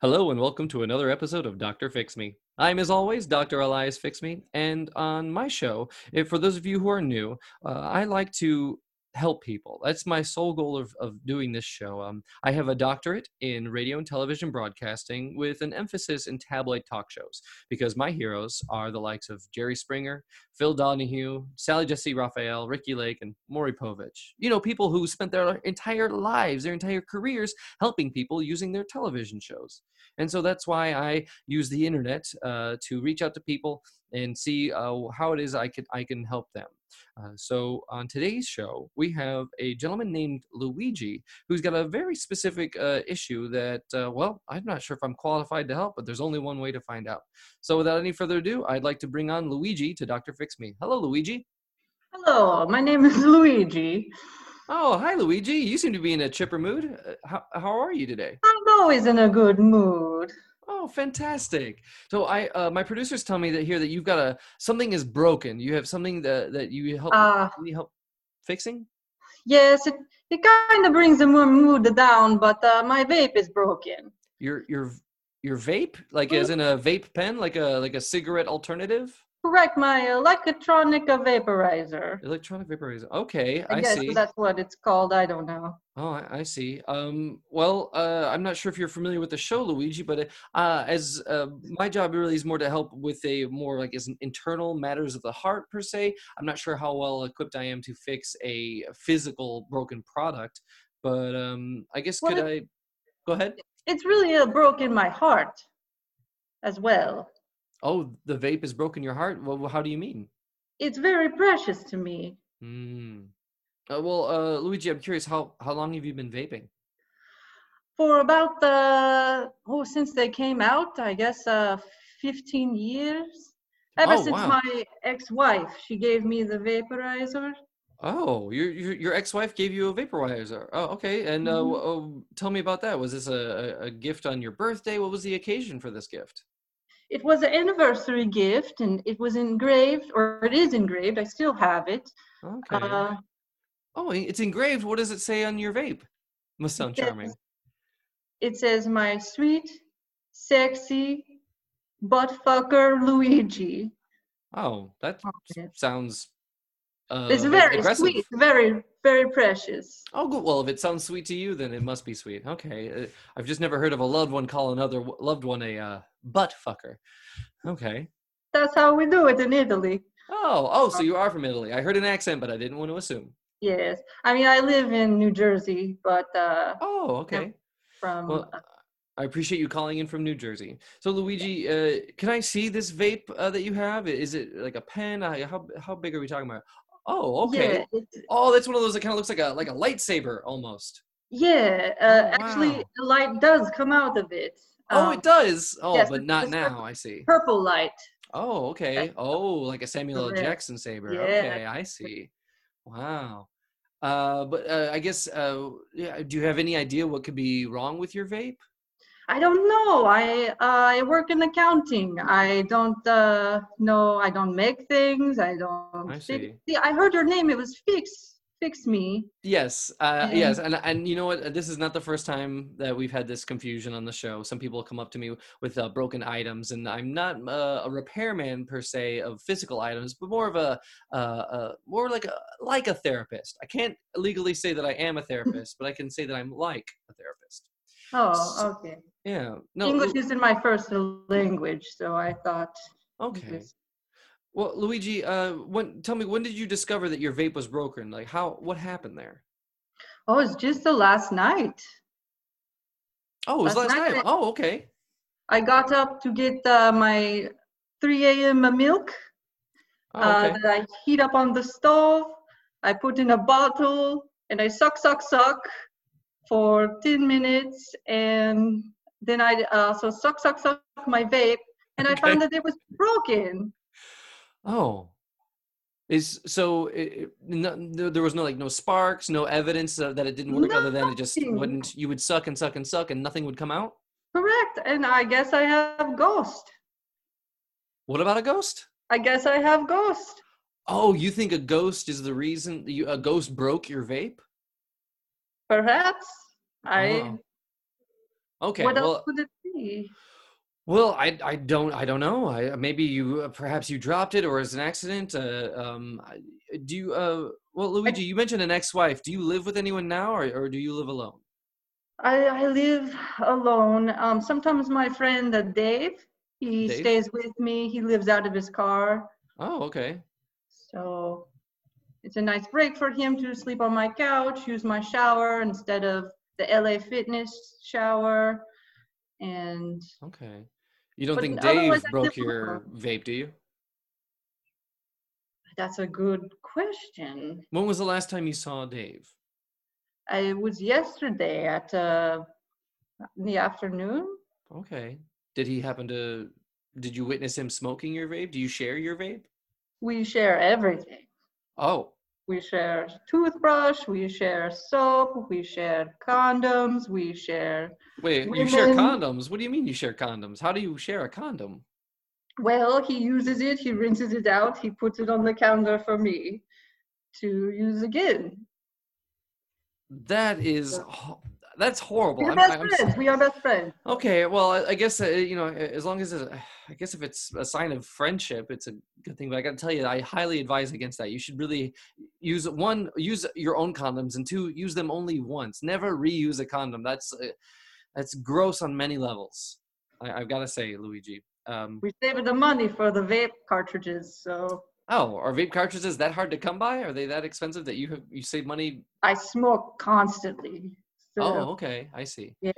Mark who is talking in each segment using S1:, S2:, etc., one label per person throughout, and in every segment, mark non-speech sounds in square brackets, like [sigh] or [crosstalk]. S1: Hello and welcome to another episode of Dr. Fix Me. I'm, as always, Dr. Elias Fix Me, and on my show, if, for those of you who are new, uh, I like to help people. That's my sole goal of, of doing this show. Um, I have a doctorate in radio and television broadcasting with an emphasis in tabloid talk shows because my heroes are the likes of Jerry Springer, Phil Donahue, Sally Jesse Raphael, Ricky Lake, and Maury Povich. You know, people who spent their entire lives, their entire careers helping people using their television shows. And so that's why I use the internet uh, to reach out to people and see uh, how it is I can I can help them. Uh, so on today's show, we have a gentleman named Luigi who's got a very specific uh, issue that uh, well, I'm not sure if I'm qualified to help, but there's only one way to find out. So without any further ado, I'd like to bring on Luigi to Doctor Fix Me. Hello, Luigi.
S2: Hello, my name is Luigi.
S1: Oh, hi, Luigi. You seem to be in a chipper mood. Uh, how, how are you today?
S2: I'm always in a good mood.
S1: Oh, fantastic! So I, uh, my producers tell me that here that you've got a something is broken. You have something that that you help
S2: Uh,
S1: you need help fixing.
S2: yes, it, it kind of brings the mo- mood down, but uh, my vape is broken.
S1: Your your v- your vape, like as in a vape pen, like a like a cigarette alternative,
S2: Correct, my electronic vaporizer.
S1: electronic vaporizer. Okay,
S2: I,
S1: I
S2: guess
S1: see.
S2: that's what it's called. I don't know.
S1: Oh, I, I see. Um, well, uh, I'm not sure if you're familiar with the show, Luigi, but uh, as uh, my job really is more to help with a more like is an internal matters of the heart per se. I'm not sure how well equipped I am to fix a physical broken product, but um, I guess
S2: Well,
S1: could I go ahead?
S2: It's really uh, broken my heart as well.
S1: Oh, the vape has broken your heart. Well, how do you mean?
S2: It's very precious to me.
S1: Mm. Uh, well, uh, Luigi, I'm curious how how long have you been vaping?
S2: For about the, oh, since they came out, I guess uh, 15 years. Ever
S1: Oh,
S2: since
S1: wow.
S2: my ex wife, she gave me the vaporizer.
S1: Oh, your your, your ex-wife gave you a vaporizer. Oh, okay. And uh,
S2: Mhm.
S1: w- oh, tell me about that. Was this a, a a gift on your birthday? What was the occasion for this gift?
S2: It was an anniversary gift and it was engraved, or it is engraved, I still have it.
S1: Okay.
S2: Uh,
S1: Oh, i- it's engraved. What does it say on your vape? Must
S2: it,
S1: sound
S2: says,
S1: charming.
S2: it says, My sweet, sexy, butt fucker Luigi.
S1: Oh, that
S2: on
S1: s-
S2: it.
S1: sounds uh,
S2: It's
S1: a bit
S2: very
S1: aggressive.
S2: sweet, very, very precious.
S1: Oh, good. Well, if it sounds sweet to you, then it must be sweet. Okay. Uh, I've just never heard of a loved one call another w- loved one a uh, butt fucker. Okay.
S2: That's how we do it in Italy.
S1: Oh, oh,
S2: Um
S1: so you are from Italy. I heard an accent, but I didn't want to assume.
S2: Yes. I mean, I live in New Jersey, but uh,
S1: Oh,
S2: I'm
S1: okay.
S2: from.
S1: Well,
S2: uh
S1: I appreciate you calling in from New Jersey. So, Luigi, uh, can I see this vape uh, that you have? I- Is it like a pen? Uh, how how big are we talking about? Oh,
S2: Yeah,
S1: okay.
S2: it's,
S1: Oh, that's one of those that kind of looks like a like a lightsaber almost.
S2: yeah.
S1: Oh,
S2: Uh, actually,
S1: wow.
S2: the light does come out of it.
S1: Oh,
S2: Um,
S1: it does. Oh,
S2: yes,
S1: but
S2: it's
S1: not
S2: just
S1: now. I see.
S2: purple light.
S1: Oh,
S2: [laughs]
S1: okay. Oh, like a Samuel L.
S2: Correct.
S1: Jackson saber.
S2: Yeah.
S1: Okay, I see. Wow. Uh, but uh, I guess uh, yeah, do you have any idea what could be wrong with your vape?
S2: I don't know. I I work in accounting. I don't uh, know. I don't make things. I don't
S1: I
S2: fix.
S1: see.
S2: See, I heard your name. It was fix fix me.
S1: Yes, uh,
S2: And
S1: yes, and and you know what? uh, This is not the first time that we've had this confusion on the show. Some people come up to me with uh, broken items, and I'm not uh, a repairman per se of physical items, but more of a, uh, uh, more like a like a therapist. I can't legally say that I am
S2: Mm-hmm.
S1: a therapist, but I can say that I'm like a therapist. S-
S2: oh, okay.
S1: yeah, no,
S2: English
S1: Lu-
S2: isn't my first language, so I thought it
S1: okay.
S2: was.
S1: Well, Luigi, uh, when tell me when did you discover that your vape was broken? Like how? What happened there?
S2: Oh, it's just the last night.
S1: Oh, it was
S2: Last
S1: last
S2: night
S1: night.
S2: I
S1: Oh, okay.
S2: I got up to get uh, my 3 a.m. milk
S1: Oh,
S2: uh,
S1: okay.
S2: that I heat up on the stove. I put in a bottle and I suck, suck, suck for 10 minutes. And then I uh, so suck, suck, suck my vape. And I
S1: Okay.
S2: found that it was broken.
S1: Oh, is so it, no, there there was no like no sparks, no evidence uh, that it didn't work other than it just
S2: Nothing.
S1: wouldn't. You would suck and suck and suck, and nothing would come out.
S2: Correct. And I guess I have ghost.
S1: What about a ghost?
S2: I guess I have ghost.
S1: Oh, you think a ghost is the reason you, a ghost broke your vape?
S2: Perhaps. I.
S1: Oh, okay.
S2: What else
S1: Well,
S2: could it be? see.
S1: Well, I, I don't I don't know. I maybe you uh, perhaps you dropped it or it's an accident. Uh, um, I- do you uh well Luigi, you mentioned an ex-wife. Do you live with anyone now or, or do you live alone?
S2: I, I live alone. Um, sometimes my friend uh, Dave, he
S1: Dave?
S2: stays with me. He lives out of his car,
S1: Oh, okay.
S2: so it's a nice break for him to sleep on my couch, use my shower instead of the LA Fitness shower, and
S1: Okay. You don't
S2: But
S1: think
S2: otherwise
S1: Dave
S2: I
S1: broke
S2: live alone.
S1: your vape, do you?
S2: That's a good question.
S1: When was the last time you saw Dave?
S2: I- It was yesterday at uh, in the afternoon.
S1: Okay. Did he happen to did you witness him smoking your vape? Do you share your vape?
S2: We share everything.
S1: Oh,
S2: We share toothbrush, we share soap, we share condoms, we share.
S1: wait, you share
S2: Women-
S1: condoms. What do you mean you share condoms? How do you share a condom?
S2: Well, he uses it, he rinses it out, he puts it on the counter for me to use again.
S1: That is ho- that's horrible.
S2: We're
S1: I'm-
S2: best
S1: I'm s-
S2: friends. We are best friends.
S1: Okay, well, I, I guess uh, you know, a- as long as it's, [sighs] I guess if it's a sign of friendship, it's a good thing. But I got to tell you, I highly advise against that. You should really use one, use your own condoms, and two, use them only once. Never reuse a condom. That's uh, that's gross on many levels. I, I've got to say, Luigi. Um,
S2: We saved the money for the vape cartridges, so
S1: oh, are vape cartridges that hard to come by? Are they that expensive that you have you save money?
S2: I smoke constantly. So.
S1: Oh,
S2: [laughs]
S1: okay, I see.
S2: Yeah.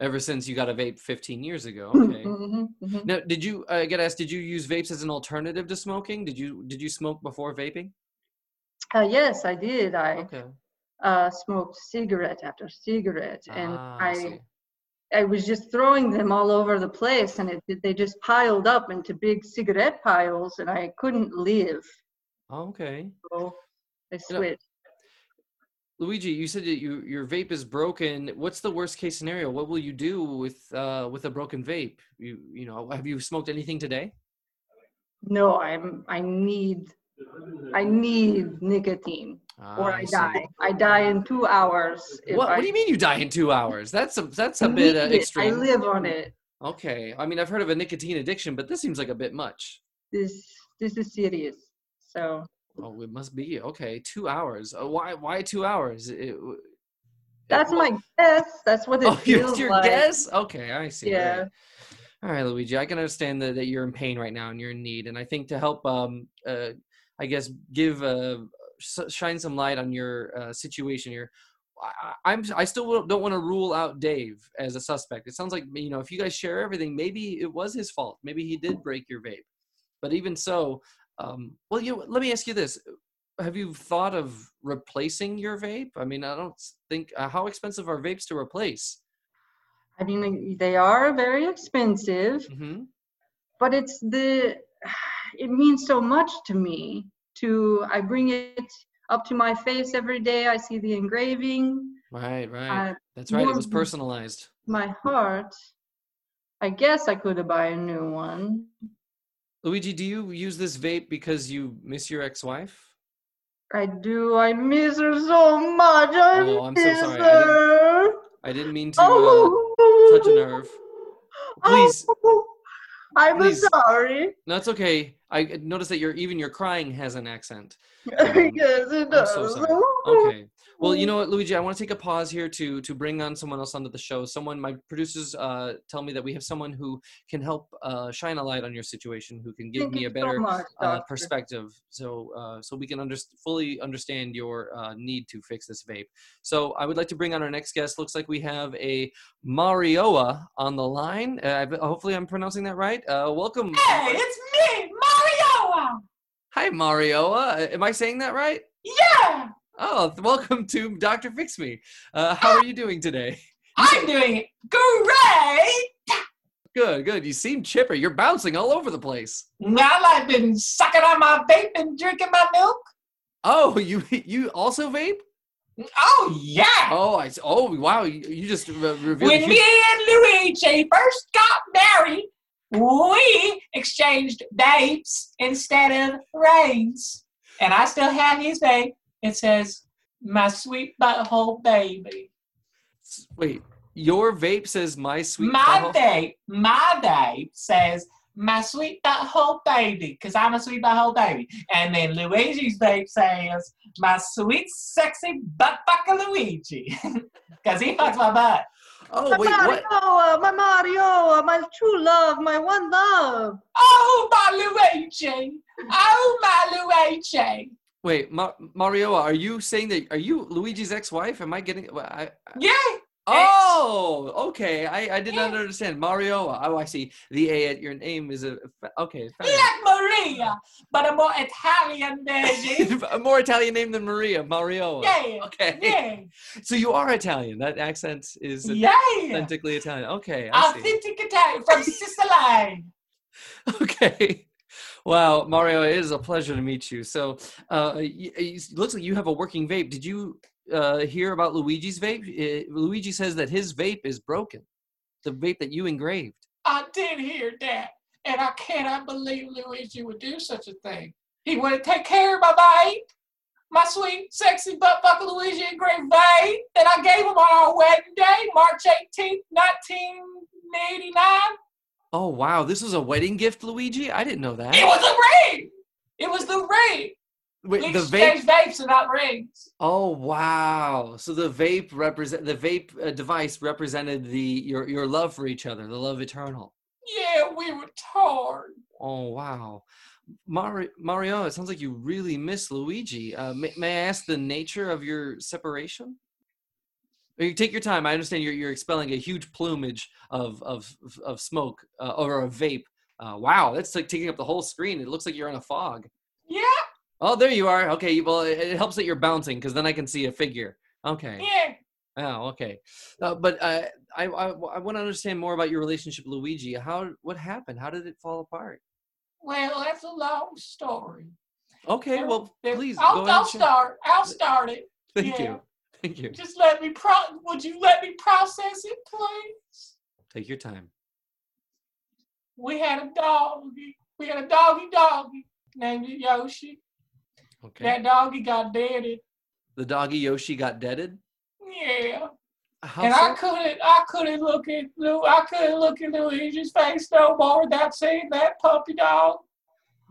S1: Ever since you got a vape 15 years
S2: [clears throat]
S1: ago, okay.
S2: Mhm, mhm.
S1: Now, did you? I get asked. Did you use vapes as an alternative to smoking? Did you? Did you smoke before vaping?
S2: Uh, yes, I did. I
S1: Okay.
S2: uh, smoked cigarette after cigarette, and
S1: Ah,
S2: I
S1: see.
S2: I was just throwing them all over the place, and it, they just piled up into big cigarette piles, and I couldn't live.
S1: Oh, okay.
S2: So I
S1: know-
S2: switched.
S1: Luigi, you said that you, your vape is broken. What's the worst case scenario? What will you do with uh, with a broken vape? You you know, have you smoked anything today?
S2: No, I'm I need I need nicotine, or
S1: Ah,
S2: I,
S1: see.
S2: die. I die in two hours.
S1: What, what do you mean you die in two hours? That's a that's a
S2: I
S1: bit
S2: need
S1: uh,
S2: it. I
S1: extreme.
S2: live on it.
S1: Okay, I mean I've heard of a nicotine addiction, but this seems like a bit much.
S2: This this is serious. So
S1: Oh, it must be okay. Two hours. Uh, why why two hours? It-
S2: that's my guess. That's what it
S1: Oh, [laughs]
S2: feels
S1: it's your
S2: like.
S1: guess? Okay, I see. All right.
S2: Yeah.
S1: All right, Luigi. I can understand that, that you're in pain right now and you're in need. And I think to help, um, uh, I guess, give uh, s- shine some light on your uh, situation here. I, I- I'm I still will- don't want to rule out Dave as a suspect. It sounds like you know if you guys share everything, maybe it was his fault. Maybe he did break your vape. But even so, um, well, you know, let me ask you this: Have you thought of replacing your vape? I mean, I don't s- think uh, how expensive are vapes to replace.
S2: I mean, they are very expensive,
S1: hmm
S2: but it's the, [sighs] it means so much to me to, I bring it up to my face every day. I see the engraving,
S1: Right, right.
S2: uh,
S1: That's right. It
S2: more
S1: was
S2: than-
S1: personalized.
S2: my heart. I guess I could buy a new one.
S1: Luigi, do you use this vape because you miss your ex-wife?
S2: I do. I miss her so much. I
S1: Oh, I'm so
S2: miss
S1: sorry, I didn't
S2: her.
S1: I didn't mean to. Uh,
S2: oh,
S1: touch a nerve. Please.
S2: Oh, [laughs] I'm
S1: Please.
S2: sorry.
S1: no, it's okay. I noticed that your even your crying has an accent. Um,
S2: [laughs] yes, it
S1: I'm
S2: does.
S1: so sorry.
S2: Oh!
S1: Okay. Well,
S2: [laughs]
S1: you know what, Luigi, I want to take a pause here to to bring on someone else onto the show. Someone, my producers, uh, tell me that we have someone who can help uh, shine a light on your situation, who can give
S2: Thank
S1: me
S2: you
S1: a better
S2: so much,
S1: uh,
S2: doctor.
S1: perspective so uh, so we can under- fully understand your uh, need to fix this vape so i would like to bring on our next guest looks like we have a marioa on the line uh, I- hopefully i'm pronouncing that right uh, welcome
S3: Hey, it's me, Marioa!
S1: hi marioa Uh, am i saying that right
S3: Yeah!
S1: oh [laughs] th- welcome to dr fix me uh, how are you doing today [laughs]
S3: I'm doing it great!
S1: good good you seem chipper you're bouncing all over the place
S3: Well, I've been sucking on my vape and drinking my milk.
S1: oh [laughs] you you also vape
S3: Oh, yeah!
S1: oh i s- oh wow you, you just re- revealed a
S3: When
S1: huge-
S3: me and Luigi first got married, we exchanged vapes instead of rains. And I still have his vape. It says, my sweet butthole baby.
S1: S- Wait, Your vape says my sweet
S3: my
S1: Tahoe-
S3: vape, my vape says my sweet butthole baby, because I'm a sweet butthole baby. And then Luigi's vape says my sweet sexy butt fucker [laughs] Luigi, because he fucks my butt.
S1: Oh
S2: my
S1: wait,
S2: Mario,
S1: what?
S2: uh, my Mario, uh, my true love, my one love.
S3: Oh my Luigi! Oh my Luigi!
S1: Wait, Ma- Mario, are you saying that? Are you Luigi's ex-wife? Am I getting? well, I, I-
S3: Yeah,
S1: oh, okay. I, I did not
S3: Yeah.
S1: understand. Mario. Oh, I see. The A at your name is a okay. fair
S3: he like Maria, but a more Italian version.
S1: [laughs] enough. a more Italian name than Maria. Mario.
S3: yeah,
S1: Okay.
S3: yeah,
S1: So you are Italian. That accent is
S3: yeah. Ah,
S1: authentically Italian. Okay. I see.
S3: Authentic Italian from Sicily.
S1: [laughs] Okay. Wow, Mario, it is a pleasure to meet you. So, uh, y- y- it looks like you have a working vape. Did you uh, hear about Luigi's vape? Uh, Luigi says that his vape is broken, the vape that you engraved.
S3: I did hear that, and I cannot believe Luigi would do such a thing. He wouldn't take care of my vape, my sweet, sexy butt fucker Luigi and great vape that I gave him on our wedding day, March 18th, 1989.
S1: Oh, wow, this was a wedding gift, Luigi? I didn't know that.
S3: It was a ring! It was the ring!
S1: Wait,
S3: we
S1: the
S3: exchanged
S1: vape?
S3: vapes and not rings.
S1: Oh, wow. So the vape represent the vape uh, device represented the your your love for each other, the love eternal.
S3: Yeah, we were torn.
S1: Oh wow, Mario! Mario, it sounds like you really miss Luigi. Uh, may, may I ask the nature of your separation? Uh, You take your time. I understand you're you're expelling a huge plumage of of of smoke uh, or a vape. Uh, wow, that's like taking up the whole screen. It looks like you're in a fog.
S3: Yeah,
S1: Oh, there you are. Okay, you- well, it, it helps that you're bouncing because then I can see a figure. Okay.
S3: yeah.
S1: Oh, okay. Uh, but uh, I I, I want to understand more about your relationship, with Luigi. How what happened? How did it fall apart?
S3: Well, that's a long story.
S1: Okay, well,
S3: There-
S1: please go
S3: I'll,
S1: ahead
S3: I'll
S1: and share.
S3: start. I'll start it.
S1: Thank
S3: yeah.
S1: you. Thank you.
S3: Just let me pro. Would you let me process it, please?
S1: Take your time.
S3: We had a doggy. We had a doggy doggy named Yoshi.
S1: Okay.
S3: That doggy got deaded.
S1: the doggy Yoshi got deaded.
S3: Yeah.
S1: How
S3: and
S1: so?
S3: I couldn't. I couldn't look at Lu. I couldn't look at Luigi's face no more without seeing that puppy dog.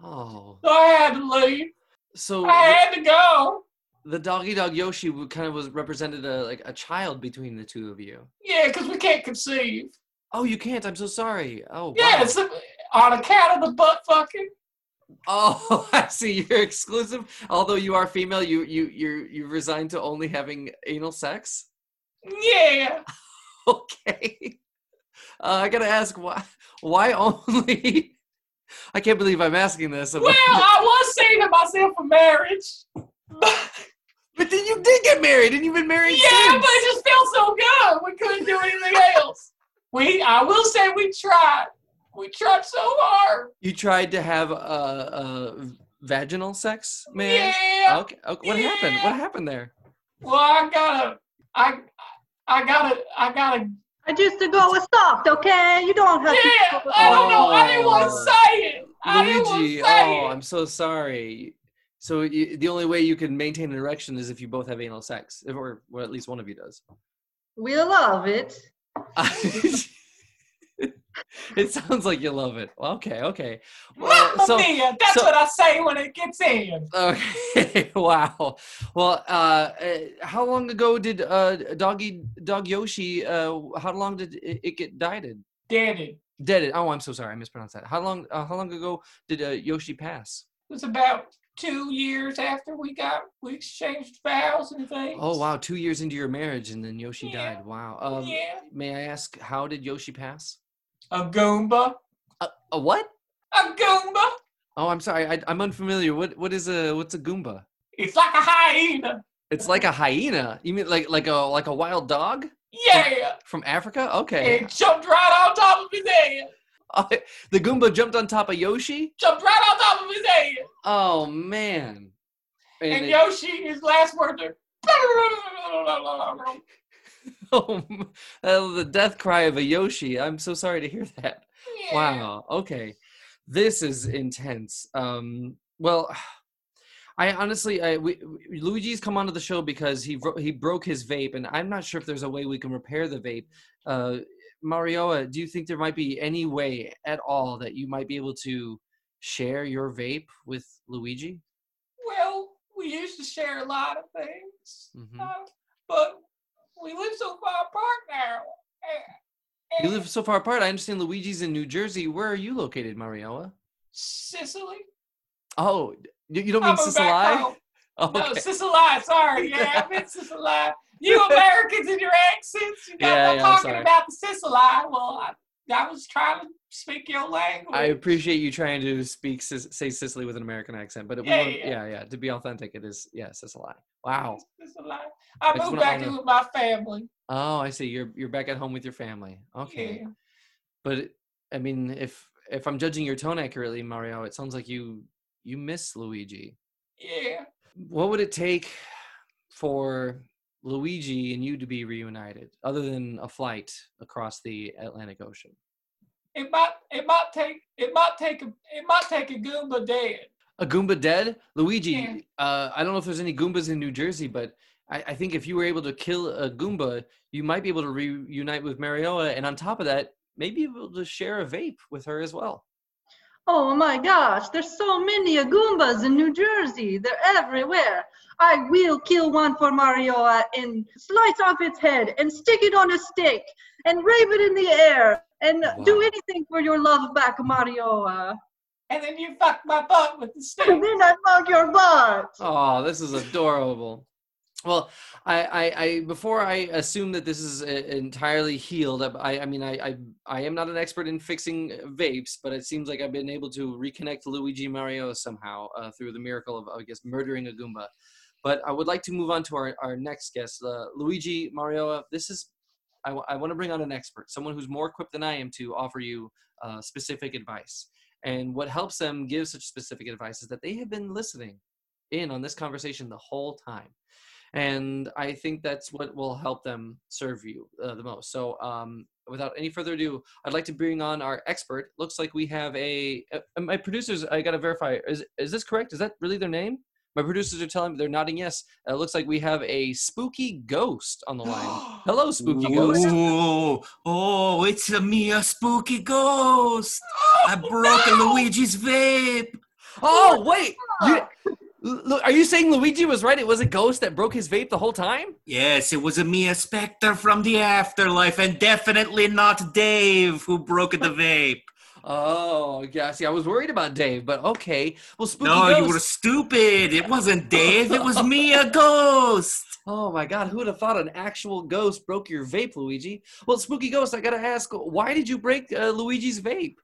S1: Oh,
S3: So I had to leave.
S1: so
S3: I
S1: the,
S3: had to go.
S1: the doggy dog Yoshi w- kind of was represented a like a child between the two of you.
S3: Yeah, because we can't conceive.
S1: Oh, you can't. I'm so sorry. Oh,
S3: Yeah,
S1: wow.
S3: it's on account of the butt fucking.
S1: Oh, [laughs] I see. You're exclusive. Although you are female, you you you you resigned to only having anal sex. [laughs]
S3: Yeah.
S1: okay. Uh, I gotta ask why? Why only? [laughs] I can't believe I'm asking this.
S3: Well, I was saving myself for marriage.
S1: [laughs]
S3: But,
S1: but then you did get married, and you've been married
S3: yeah,
S1: since.
S3: but it just felt so good. We couldn't do anything else. We, I will say, we tried. We tried so hard.
S1: you tried to have uh, uh, vaginal sex, man.
S3: Yeah.
S1: Okay. okay. What happened? What happened there?
S3: Well, I gotta, I, I gotta, I gotta.
S2: I used to go with soft, okay? You don't have
S3: Yeah,
S2: to. go with
S3: I don't
S2: hard.
S3: know. I didn't want to
S1: Oh.
S3: say it. I didn't want to
S1: Luigi.
S3: say
S1: Oh,
S3: it.
S1: I'm so sorry. So you, the only way you can maintain an erection is if you both have anal sex, if- or well, at least one of you
S3: [laughs]
S1: does. [laughs]
S2: We love it.
S1: it sounds like you love it. Okay. Okay. oh, Well,
S3: Mamma
S1: so-
S3: mia! That's
S1: so-
S3: what I say when it gets in.
S1: Okay. [laughs] wow. Well, uh, uh, how long ago did uh, Doggy Dog Yoshi? Uh, how long did it, it get dieted?
S3: Did it?
S1: Deaded. Oh, I'm so sorry. I mispronounced that. How long? Uh, how long ago did uh, Yoshi pass?
S3: It was about two years after we got we exchanged vows and things.
S1: Oh wow, two years into your marriage, and then Yoshi
S3: Yeah.
S1: died. Wow. Um,
S3: yeah,
S1: May I ask how did Yoshi pass?
S3: a goomba,
S1: A, a what?
S3: a goomba.
S1: Oh, I'm sorry. I, I'm unfamiliar. What What is a What's a Goomba?
S3: It's like a hyena.
S1: It's like a hyena. You mean like like a like a wild dog
S3: Yeah,
S1: from Africa? Okay.
S3: it jumped right on top of his head.
S1: [laughs] the Goomba jumped on top of Yoshi.
S3: Jumped right on top of his head.
S1: Oh man. And
S3: And
S1: it-
S3: Yoshi, his last words are.
S1: [laughs] oh, m- uh, the death cry of a Yoshi. I'm so sorry to hear that.
S3: Yeah.
S1: Wow. Okay. This is intense. Um, well, [sighs] I honestly, I, we, we- Luigi's come onto the show because he bro- he broke his vape, and I'm not sure if there's a way we can repair the vape. Uh, Marioa, do you think there might be any way at all that you might be able to share your vape with Luigi?
S3: Well, we used to share a lot of things,
S1: Mhm.
S3: uh, but we live so far apart now. and-
S1: You
S3: and
S1: live so far apart. I understand Luigi's in New Jersey. Where are you located, Marioa?
S3: Sicily.
S1: Oh, you, you don't
S3: I'm
S1: mean
S3: a back home.
S1: [laughs] Sicily? Okay.
S3: No, Sicily. Sorry, yeah, I meant Sicily.
S1: [laughs]
S3: You Americans and your accents. You got
S1: Yeah,
S3: me
S1: yeah, I'm
S3: talking
S1: sorry.
S3: about the Sicily. Well, I, I was trying to speak your language.
S1: I appreciate you trying to speak Sis- say Sicily with an American accent, but it, we
S3: Yeah,
S1: want,
S3: yeah,
S1: yeah, yeah, to be authentic, it is yeah, Sicily. Wow.
S3: Sicily.
S1: I
S3: I
S1: just
S3: moved
S1: wanna
S3: back
S1: honor-
S3: in with my family.
S1: Oh, I see. You're you're back at home with your family. Okay,
S3: Yeah.
S1: but it- I mean, if if I'm judging your tone accurately, Mario, it sounds like you you miss Luigi.
S3: Yeah.
S1: What would it take for Luigi and you to be reunited, other than a flight across the Atlantic Ocean?
S3: It might it might take it might take a it might take a Goomba dead.
S1: A Goomba dead? Luigi,
S3: Yeah.
S1: uh, I don't know if there's any Goombas in New Jersey, but I, I think if you were able to kill a Goomba, you might be able to reunite with Marioa, and on top of that, maybe able to share a vape with her as well.
S2: Oh my gosh, there's so many Goombas in New Jersey. They're everywhere. I will kill one for Marioa and slice off its head and stick it on a stake and wave it in the air and do
S1: Wow.
S2: anything for your love back, Marioa.
S3: And then you fucked my butt with the stick.
S2: And then I fuck your butt.
S1: Oh, this is adorable. Well, I, I, I before I assume that this is uh, entirely healed, I, I mean, I, I, I am not an expert in fixing uh, vapes, but it seems like I've been able to reconnect Luigi Mario somehow uh, through the miracle of, I guess, murdering a Goomba. But I would like to move on to our, our next guest, uh, Luigi Mario. This is, I want to bring on an expert, someone who's more equipped than I am to offer you uh, specific advice. And what helps them give such specific advice is that they have been listening in on this conversation the whole time and i think that's what will help them serve you uh, the most so um, without any further ado i'd like to bring on our expert looks like we have a uh, my producers i gotta verify is, is this correct is that really their name my producers are telling me they're nodding yes it looks like we have a spooky ghost
S3: [laughs]
S1: on the line
S3: [gasps]
S1: hello spooky ghost
S4: Ooh, oh, it's a me, a spooky ghost. I broke
S3: no!
S4: Luigi's vape.
S1: oh wait you, Lu- are you saying luigi was right it was a ghost that broke his vape the whole time
S4: Yes, it was a me, a specter from the afterlife, and definitely not Dave who broke the vape.
S1: Oh, yeah. See, I was worried about Dave, but okay. Well, spooky
S4: No, you
S1: ghost-
S4: were stupid. It wasn't Dave. It was me,
S1: [laughs]
S4: a ghost.
S1: Oh my God, who would have thought an actual ghost broke your vape, Luigi? Well, spooky ghost, I gotta ask, why did you break uh, Luigi's vape?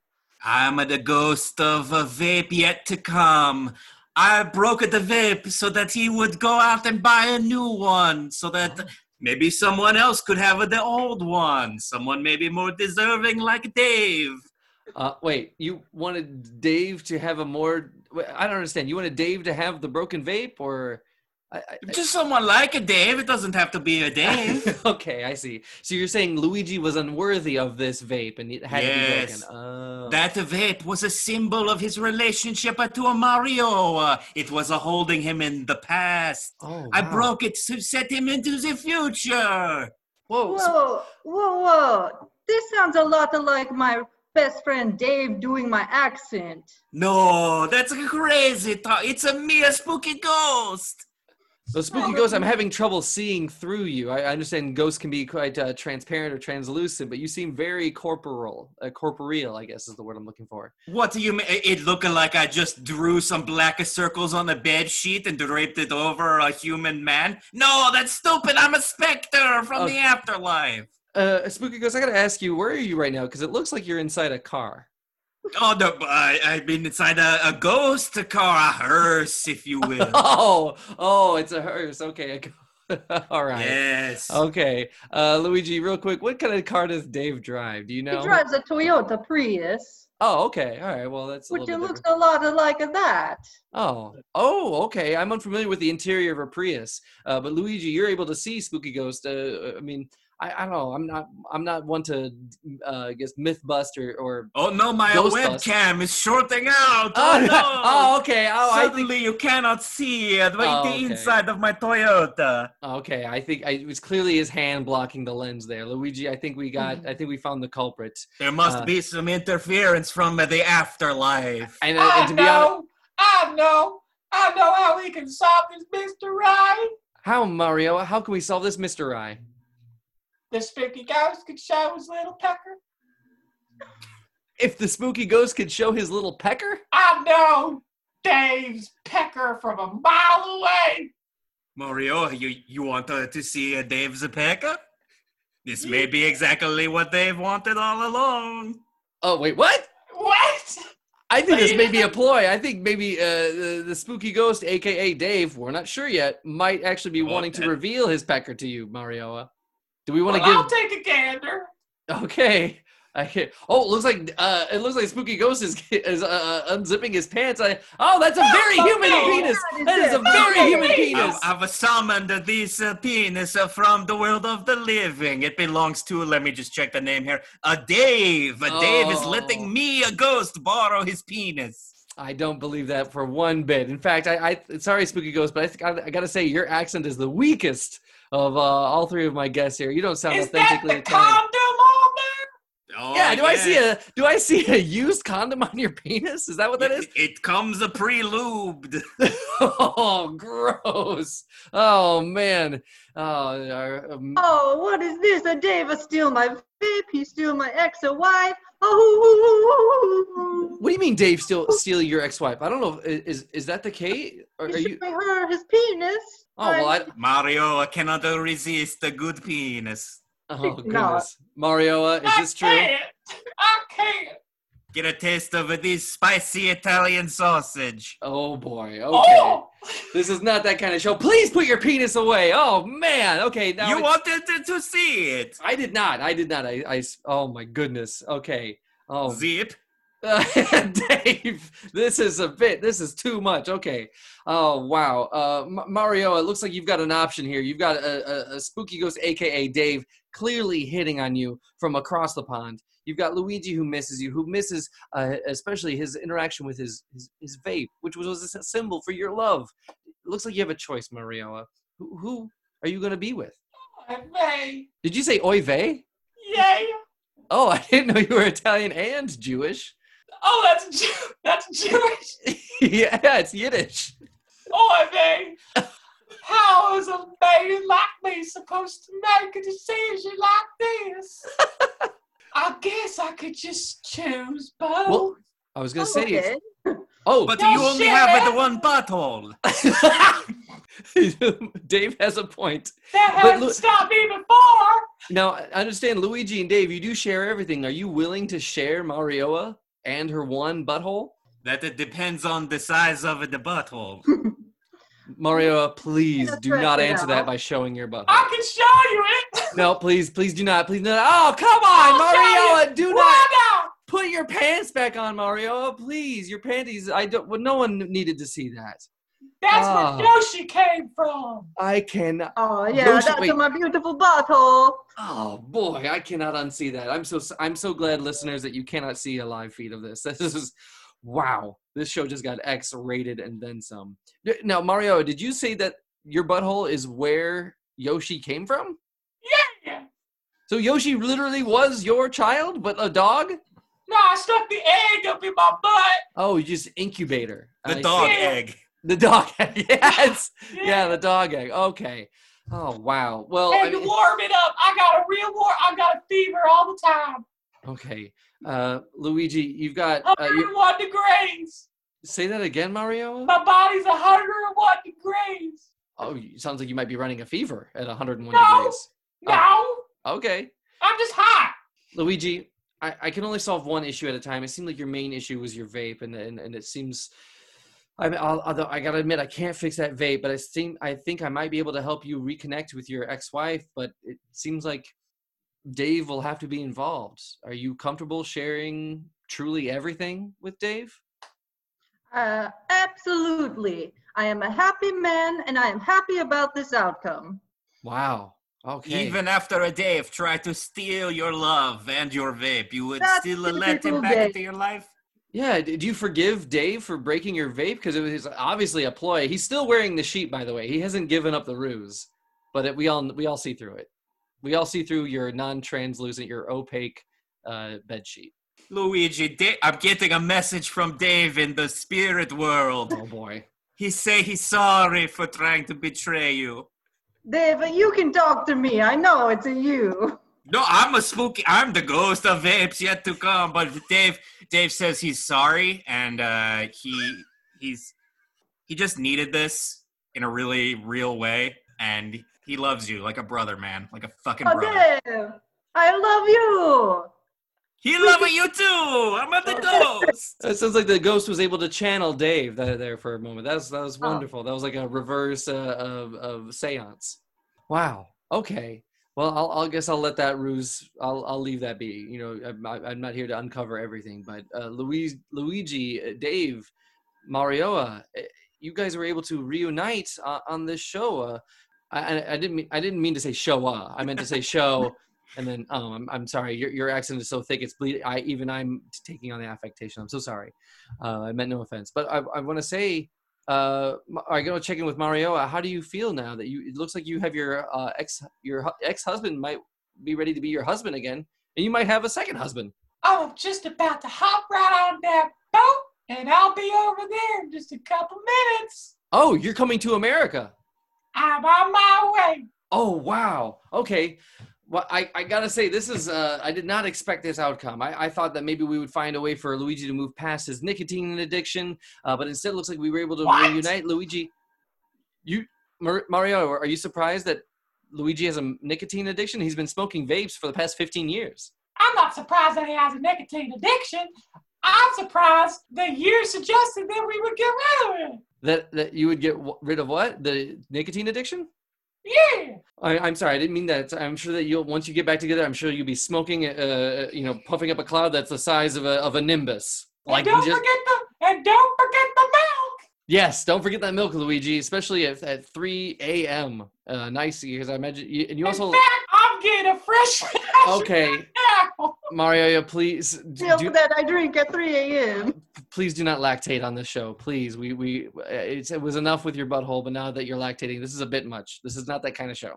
S4: I'm the ghost of a vape yet to come. I broke the vape so that he would go out and buy a new one, so that maybe someone else could have the old one. Someone maybe more deserving like Dave.
S1: Uh, wait, you wanted Dave to have a more? wait, I don't understand. You wanted Dave to have the broken vape, or? I, I,
S4: Just someone like a Dave. It doesn't have to be a
S1: [laughs]
S4: Dave.
S1: okay, I see. So you're saying Luigi was unworthy of this vape and it had
S4: Yes.
S1: to be broken. Oh.
S4: that vape was a symbol of his relationship to a Mario. Uh, It was a holding him in the past.
S1: Oh,
S4: I
S1: wow.
S4: broke it to set him into the future.
S1: Whoa, sp-
S2: Whoa, whoa, whoa. This sounds a lot like my best friend Dave doing my accent.
S4: No, that's crazy. Talk. It's a mere spooky ghost.
S1: So spooky
S2: Oh,
S1: ghost, I'm having trouble seeing through you. I I understand ghosts can be quite uh, transparent or translucent, but you seem very corporal, uh, corporeal, I guess is the word I'm looking for.
S4: What do you mean? It looking like I just drew some black circles on a bed sheet and draped it over a human man? No, that's stupid. I'm a specter from
S1: Oh.
S4: the afterlife.
S1: Uh, spooky ghost, I gotta ask you, where are you right now? Because it looks like you're inside a car.
S4: Oh no, I, I've been inside a, a ghost car, a hearse,
S1: [laughs]
S4: if you will.
S1: Oh, oh, it's a hearse. Okay, [laughs] all right.
S4: Yes.
S1: Okay, uh, Luigi, real quick, what kind of car does Dave drive? Do you know?
S2: He drives a Toyota Prius,
S1: oh, okay, all right. Well, that's a
S2: which
S1: little
S2: it
S1: bit
S2: looks
S1: different.
S2: a lot like that.
S1: Oh, oh, okay. I'm unfamiliar with the interior of a Prius, uh, but Luigi, you're able to see Spooky Ghost. Uh, I mean, I, I don't know. I'm not. I'm not one to, uh, I guess, myth bust or. or [laughs]
S4: Oh no, my
S1: Ghostbusters.
S4: webcam is shorting out.
S1: oh,
S4: Oh,
S1: no.
S4: no.
S1: oh, okay. [laughs] Oh, I
S4: Suddenly
S1: think.
S4: you cannot see uh, the
S1: Oh,
S4: the
S1: okay.
S4: inside of my Toyota.
S1: Oh, Okay, I think I, it was clearly his hand blocking the lens there, Luigi. I think we got.
S4: Mm-hmm.
S1: I think we found the culprit.
S4: There must
S1: Uh,
S4: be some interference from uh, the afterlife.
S1: And, uh,
S3: I
S1: and to be honest,
S3: know. I know. I know how we can solve this mystery.
S1: how Mario? How can we solve this mystery?
S3: The spooky ghost could show his little pecker.
S1: If the spooky ghost could show his little pecker?
S3: I know Dave's pecker from a mile away.
S4: Mario, you, you want uh, to see uh, Dave Zepeca? This may be exactly what they've wanted all along.
S1: Oh wait, what?
S3: What?
S1: I think this may be a ploy. I think maybe uh, the, the spooky ghost, aka Dave, we're not sure yet, might actually be
S4: Well,
S1: wanting to
S4: that-
S1: reveal his pecker to you, Mario. Do we want
S3: Well,
S1: to
S3: I'll
S1: give?
S3: take a gander.
S1: okay. I can't. Oh, it looks like uh, it looks like Spooky Ghost is [laughs] is uh, unzipping his pants. I, oh, that's a very human
S3: no.
S1: penis.
S2: Oh, Yeah, it
S1: That is
S2: is.
S1: a very human penis.
S4: I've, I've summoned this uh, penis uh, from the world of the living. It belongs to, let me just check the name here, uh, Dave. Uh, Dave is
S1: Oh.
S4: letting me, a ghost, borrow his penis.
S1: I don't believe that for one bit. In fact, I, I sorry, Spooky Ghost, but I, think I, I gotta say your accent is the weakest of uh, all three of my guests here. You don't sound
S3: Is that
S1: authentically
S3: the
S1: Italian.
S3: condom on there?
S4: Oh,
S1: yeah, do I see a do I see a used condom on your penis? Is that what that is?
S4: [laughs] It, it comes a pre-lubed.
S1: oh, gross! Oh man! Oh, our- um,
S2: Oh, what is this? A Dave is still my vape. He's still my ex and wife. Oh,
S1: what do you mean, Dave? Steal steal your ex-wife? I don't know. if- Is is that the case? Are, are
S2: he
S1: you?
S2: showed her his penis.
S1: Oh well,
S4: [laughs]
S1: I,
S4: Mario, I cannot uh, resist a good penis.
S1: oh
S2: It's not.
S1: goodness, Marioa, is
S3: I
S1: this true?
S3: can't. I can't.
S4: Get a taste of uh, this spicy Italian sausage.
S1: Oh boy. Okay.
S3: Oh,
S1: This is not that kind of show. Please put your penis away. Oh man. Okay. Now
S4: you
S1: it's-
S4: wanted to, to see it.
S1: I did not. I did not. I. I s- oh my goodness. Okay. Oh,
S4: Zip.
S1: [laughs] Dave. This is a bit. This is too much. Okay. Oh wow. Uh, M- Mario, it looks like you've got an option here. You've got a, a, a spooky ghost, aka Dave, clearly hitting on you from across the pond. You've got Luigi who misses you, who misses uh, especially his interaction with his, his his vape, which was a s- symbol for your love. It looks like you have a choice, Marioa. Who, who are you going to be with?
S3: they.
S1: Did you say oy vey?
S3: Yeah.
S1: Oh, [laughs] I didn't know you were Italian and Jewish. [laughs]
S3: Oh, that's Jew. That's Jewish.
S1: yeah, it's Yiddish.
S3: Oh, they. How is a man like me supposed to make a decision like this? I guess I could just choose both.
S1: Well, I was gonna
S2: Oh,
S1: say.
S2: okay.
S1: it's- Oh,
S4: But
S3: No
S4: you only
S3: shit.
S4: have uh, the one butthole.
S1: [laughs] Dave has a point.
S3: that
S1: but
S3: hasn't
S1: look-
S3: stopped me before.
S1: Now, I understand Luigi and Dave. You do share everything. Are you willing to share Marioa and her one butthole?
S4: That it depends on the size of the
S1: [laughs]
S4: butthole.
S1: Marioa, please
S2: That's
S1: do
S2: right,
S1: not
S2: you
S1: answer
S2: know.
S1: that by showing your
S3: I
S1: butthole.
S3: can show you it.
S1: No, please, please do not. Please do not. Oh, come on,
S3: I'll
S1: Marioa, do
S3: Why
S1: not
S3: not?
S1: put your pants back on, Marioa. Please, your panties. I don't. Well, no one needed to see that.
S3: That's
S1: Ah.
S3: where Yoshi came from.
S1: I cannot.
S2: Oh yeah,
S1: Those-
S2: that's
S1: wait.
S2: my beautiful butthole.
S1: Oh boy, I cannot unsee that. I'm so I'm so glad, listeners, that you cannot see a live feed of this. [laughs] This is wow. This show just got X rated and then some. Y- Now, Mario, did you say that your butthole is where Yoshi came from?
S3: Yeah.
S1: So Yoshi literally was your child, but a dog?
S3: No, I stuck the egg up in my butt.
S1: Oh, you just incubator.
S4: The
S1: I
S4: dog
S1: see.
S4: egg.
S1: The dog. [laughs] yes. Yeah, the dog egg. Okay. Oh wow. Well, I
S3: And to
S1: mean-
S3: warm it up, I got a real war. I got a fever all the time.
S1: okay. Uh, Luigi, you've got. Uh, you,
S3: 101 degrees.
S1: say that again, Mario.
S3: My body's 101 degrees.
S1: Oh, you- sounds like you might be running a fever at 101
S3: No.
S1: degrees.
S3: No,
S1: Okay.
S3: I'm just hot.
S1: Luigi, I, I can only solve one issue at a time. It seemed like your main issue was your vape, and and, and it seems. I mean, I'll, although I gotta admit, I can't fix that vape, but I think I think I might be able to help you reconnect with your ex-wife. But it seems like Dave will have to be involved. Are you comfortable sharing truly everything with Dave?
S2: Uh, absolutely. I am a happy man, and I am happy about this outcome.
S1: Wow. Okay.
S4: Even after a day of trying to steal your love and your vape, you would
S2: That's
S4: still
S2: typical
S4: let him back
S2: Dave.
S4: into your life?
S1: yeah. d- Do you forgive Dave for breaking your vape? Because it was obviously a ploy. He's still wearing the sheet, by the way. He hasn't given up the ruse, but it, we all we all see through it. We all see through your non-translucent, your opaque uh, bed sheet.
S4: Luigi, Da- I'm getting a message from Dave in the spirit world.
S1: Oh boy.
S4: He say he's sorry for trying to betray you.
S2: Dave, you can talk to me. I know it's you.
S4: No, I'm a spooky. I'm the ghost of apes yet to come. But Dave, Dave says he's sorry, and uh, he he's he just needed this in a really real way, and he loves you like a brother, man, like a fucking
S2: Oh,
S4: brother.
S2: Dave, I love you.
S4: He loves you too. I'm at the ghost.
S1: It sounds like the ghost was able to channel Dave tha- there for a moment. That's that was wonderful. That was like a reverse uh, of of séance. Wow. Okay. Well, I'll, I'll guess I'll let that ruse. I'll I'll leave that be. You know, I'm, I- I'm not here to uncover everything, but uh, Luis, Luigi, uh, Dave, Marioa, uh, you guys were able to reunite uh, on this show. Uh, I, I- I didn't mean I didn't mean to say showa. I meant to say show. And then, um, I'm, I'm sorry, your, your accent is so thick, it's bleeding. I even I'm taking on the affectation. I'm so sorry. Uh, I meant no offense, but I, I want to say, uh, Ma- I go check in with Marioa. How do you feel now that you? It looks like you have your uh, ex your ex husband might be ready to be your husband again, and you might have a second husband.
S3: I'm just about to hop right on that boat, and I'll be over there in just a couple minutes.
S1: Oh, you're coming to America.
S3: I'm on my way.
S1: Oh wow. Okay. Well, I, I gotta say this is uh, I did not expect this outcome. I, I thought that maybe we would find a way for Luigi to move past his nicotine addiction, uh, but instead it looks like we were able to
S3: What?
S1: reunite Luigi. You, Mar- Mario, are you surprised that Luigi has a nicotine addiction? He's been smoking vapes for the past 15 years.
S3: I'm not surprised that he has a nicotine addiction. I'm surprised that you suggested that we would get rid of it.
S1: That that you would get w- rid of what the nicotine addiction?
S3: Yeah.
S1: I, I'm sorry, I didn't mean that. I'm sure that you'll once you get back together, I'm sure you'll be smoking, uh, you know, puffing up a cloud that's the size of a of a nimbus.
S3: and don't
S1: just-
S3: forget the and don't forget the milk.
S1: Yes, don't forget that milk, Luigi, especially at, at 3 a.m. Uh, nice, because I imagine you, and you also.
S3: In fact, I'm getting a fresh [laughs]
S1: Okay,
S3: now.
S1: Mario, please d-
S2: Milk
S1: do,
S2: that I drink at 3 a.m.
S1: please do not lactate on this show. Please, we we uh, it's, it was enough with your butthole, but now that you're lactating, this is a bit much. This is not that kind of show.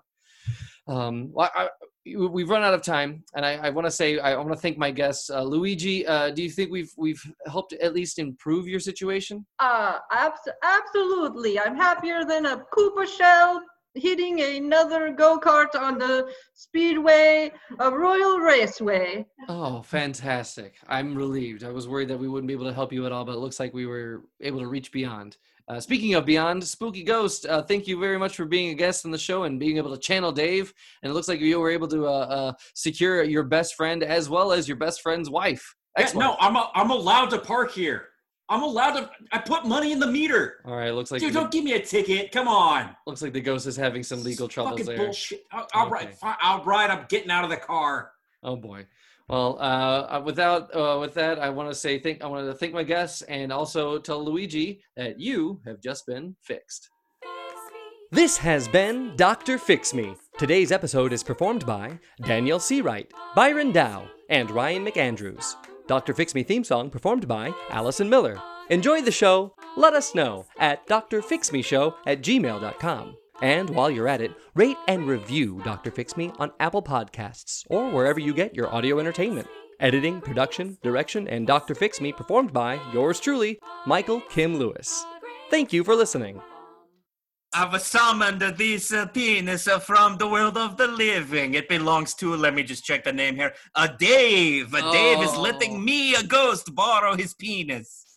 S1: Um, well, I, I- we've run out of time, and I, I want to say I want to thank my guests, uh, Luigi. Uh, do you think we've we've helped at least improve your situation?
S2: Uh, abs- absolutely. I'm happier than a Cooper shell hitting another go kart on the speedway, a Royal Raceway.
S1: Oh, fantastic. I'm relieved. I was worried that we wouldn't be able to help you at all, but it looks like we were able to reach beyond. Uh, speaking of beyond, Spooky Ghost, uh, thank you very much for being a guest on the show and being able to channel Dave. And it looks like you were able to uh, uh, secure your best friend as well as your best friend's wife. Excellent.
S4: no, I'm a, I'm allowed to park here. I'm allowed to. I put money in the meter.
S1: All right, looks like
S4: [laughs] Dude,
S1: the,
S4: don't give me a ticket. Come on.
S1: looks like the ghost is having some legal troubles
S4: Fucking
S1: there.
S4: bullshit. All all right,
S1: Okay.
S4: fine. All right, I'm getting out of the car.
S1: Oh boy. Well, uh, uh, without uh, with that, I want to say thank I want to thank my guests and also tell Luigi that you have just been fixed. This has been Doctor Fix Me. Today's episode is performed by Daniel Seawright, Byron Dow, and Ryan McAndrews. Doctor Fix Me theme song performed by Allison Miller. Enjoy the show. Let us know at drfixmeshow at gmail.com. And while you're at it, rate and review Dr. Fix Me on Apple Podcasts or wherever you get your audio entertainment. Editing, production, direction, and Dr. Fix Me performed by yours truly, Michael Kim Lewis. Thank you for listening.
S4: I've summoned this uh, penis uh, from the world of the living. It belongs to, let me just check the name here, a Dave. A Dave is
S1: Oh.
S4: letting me, a ghost, borrow his penis.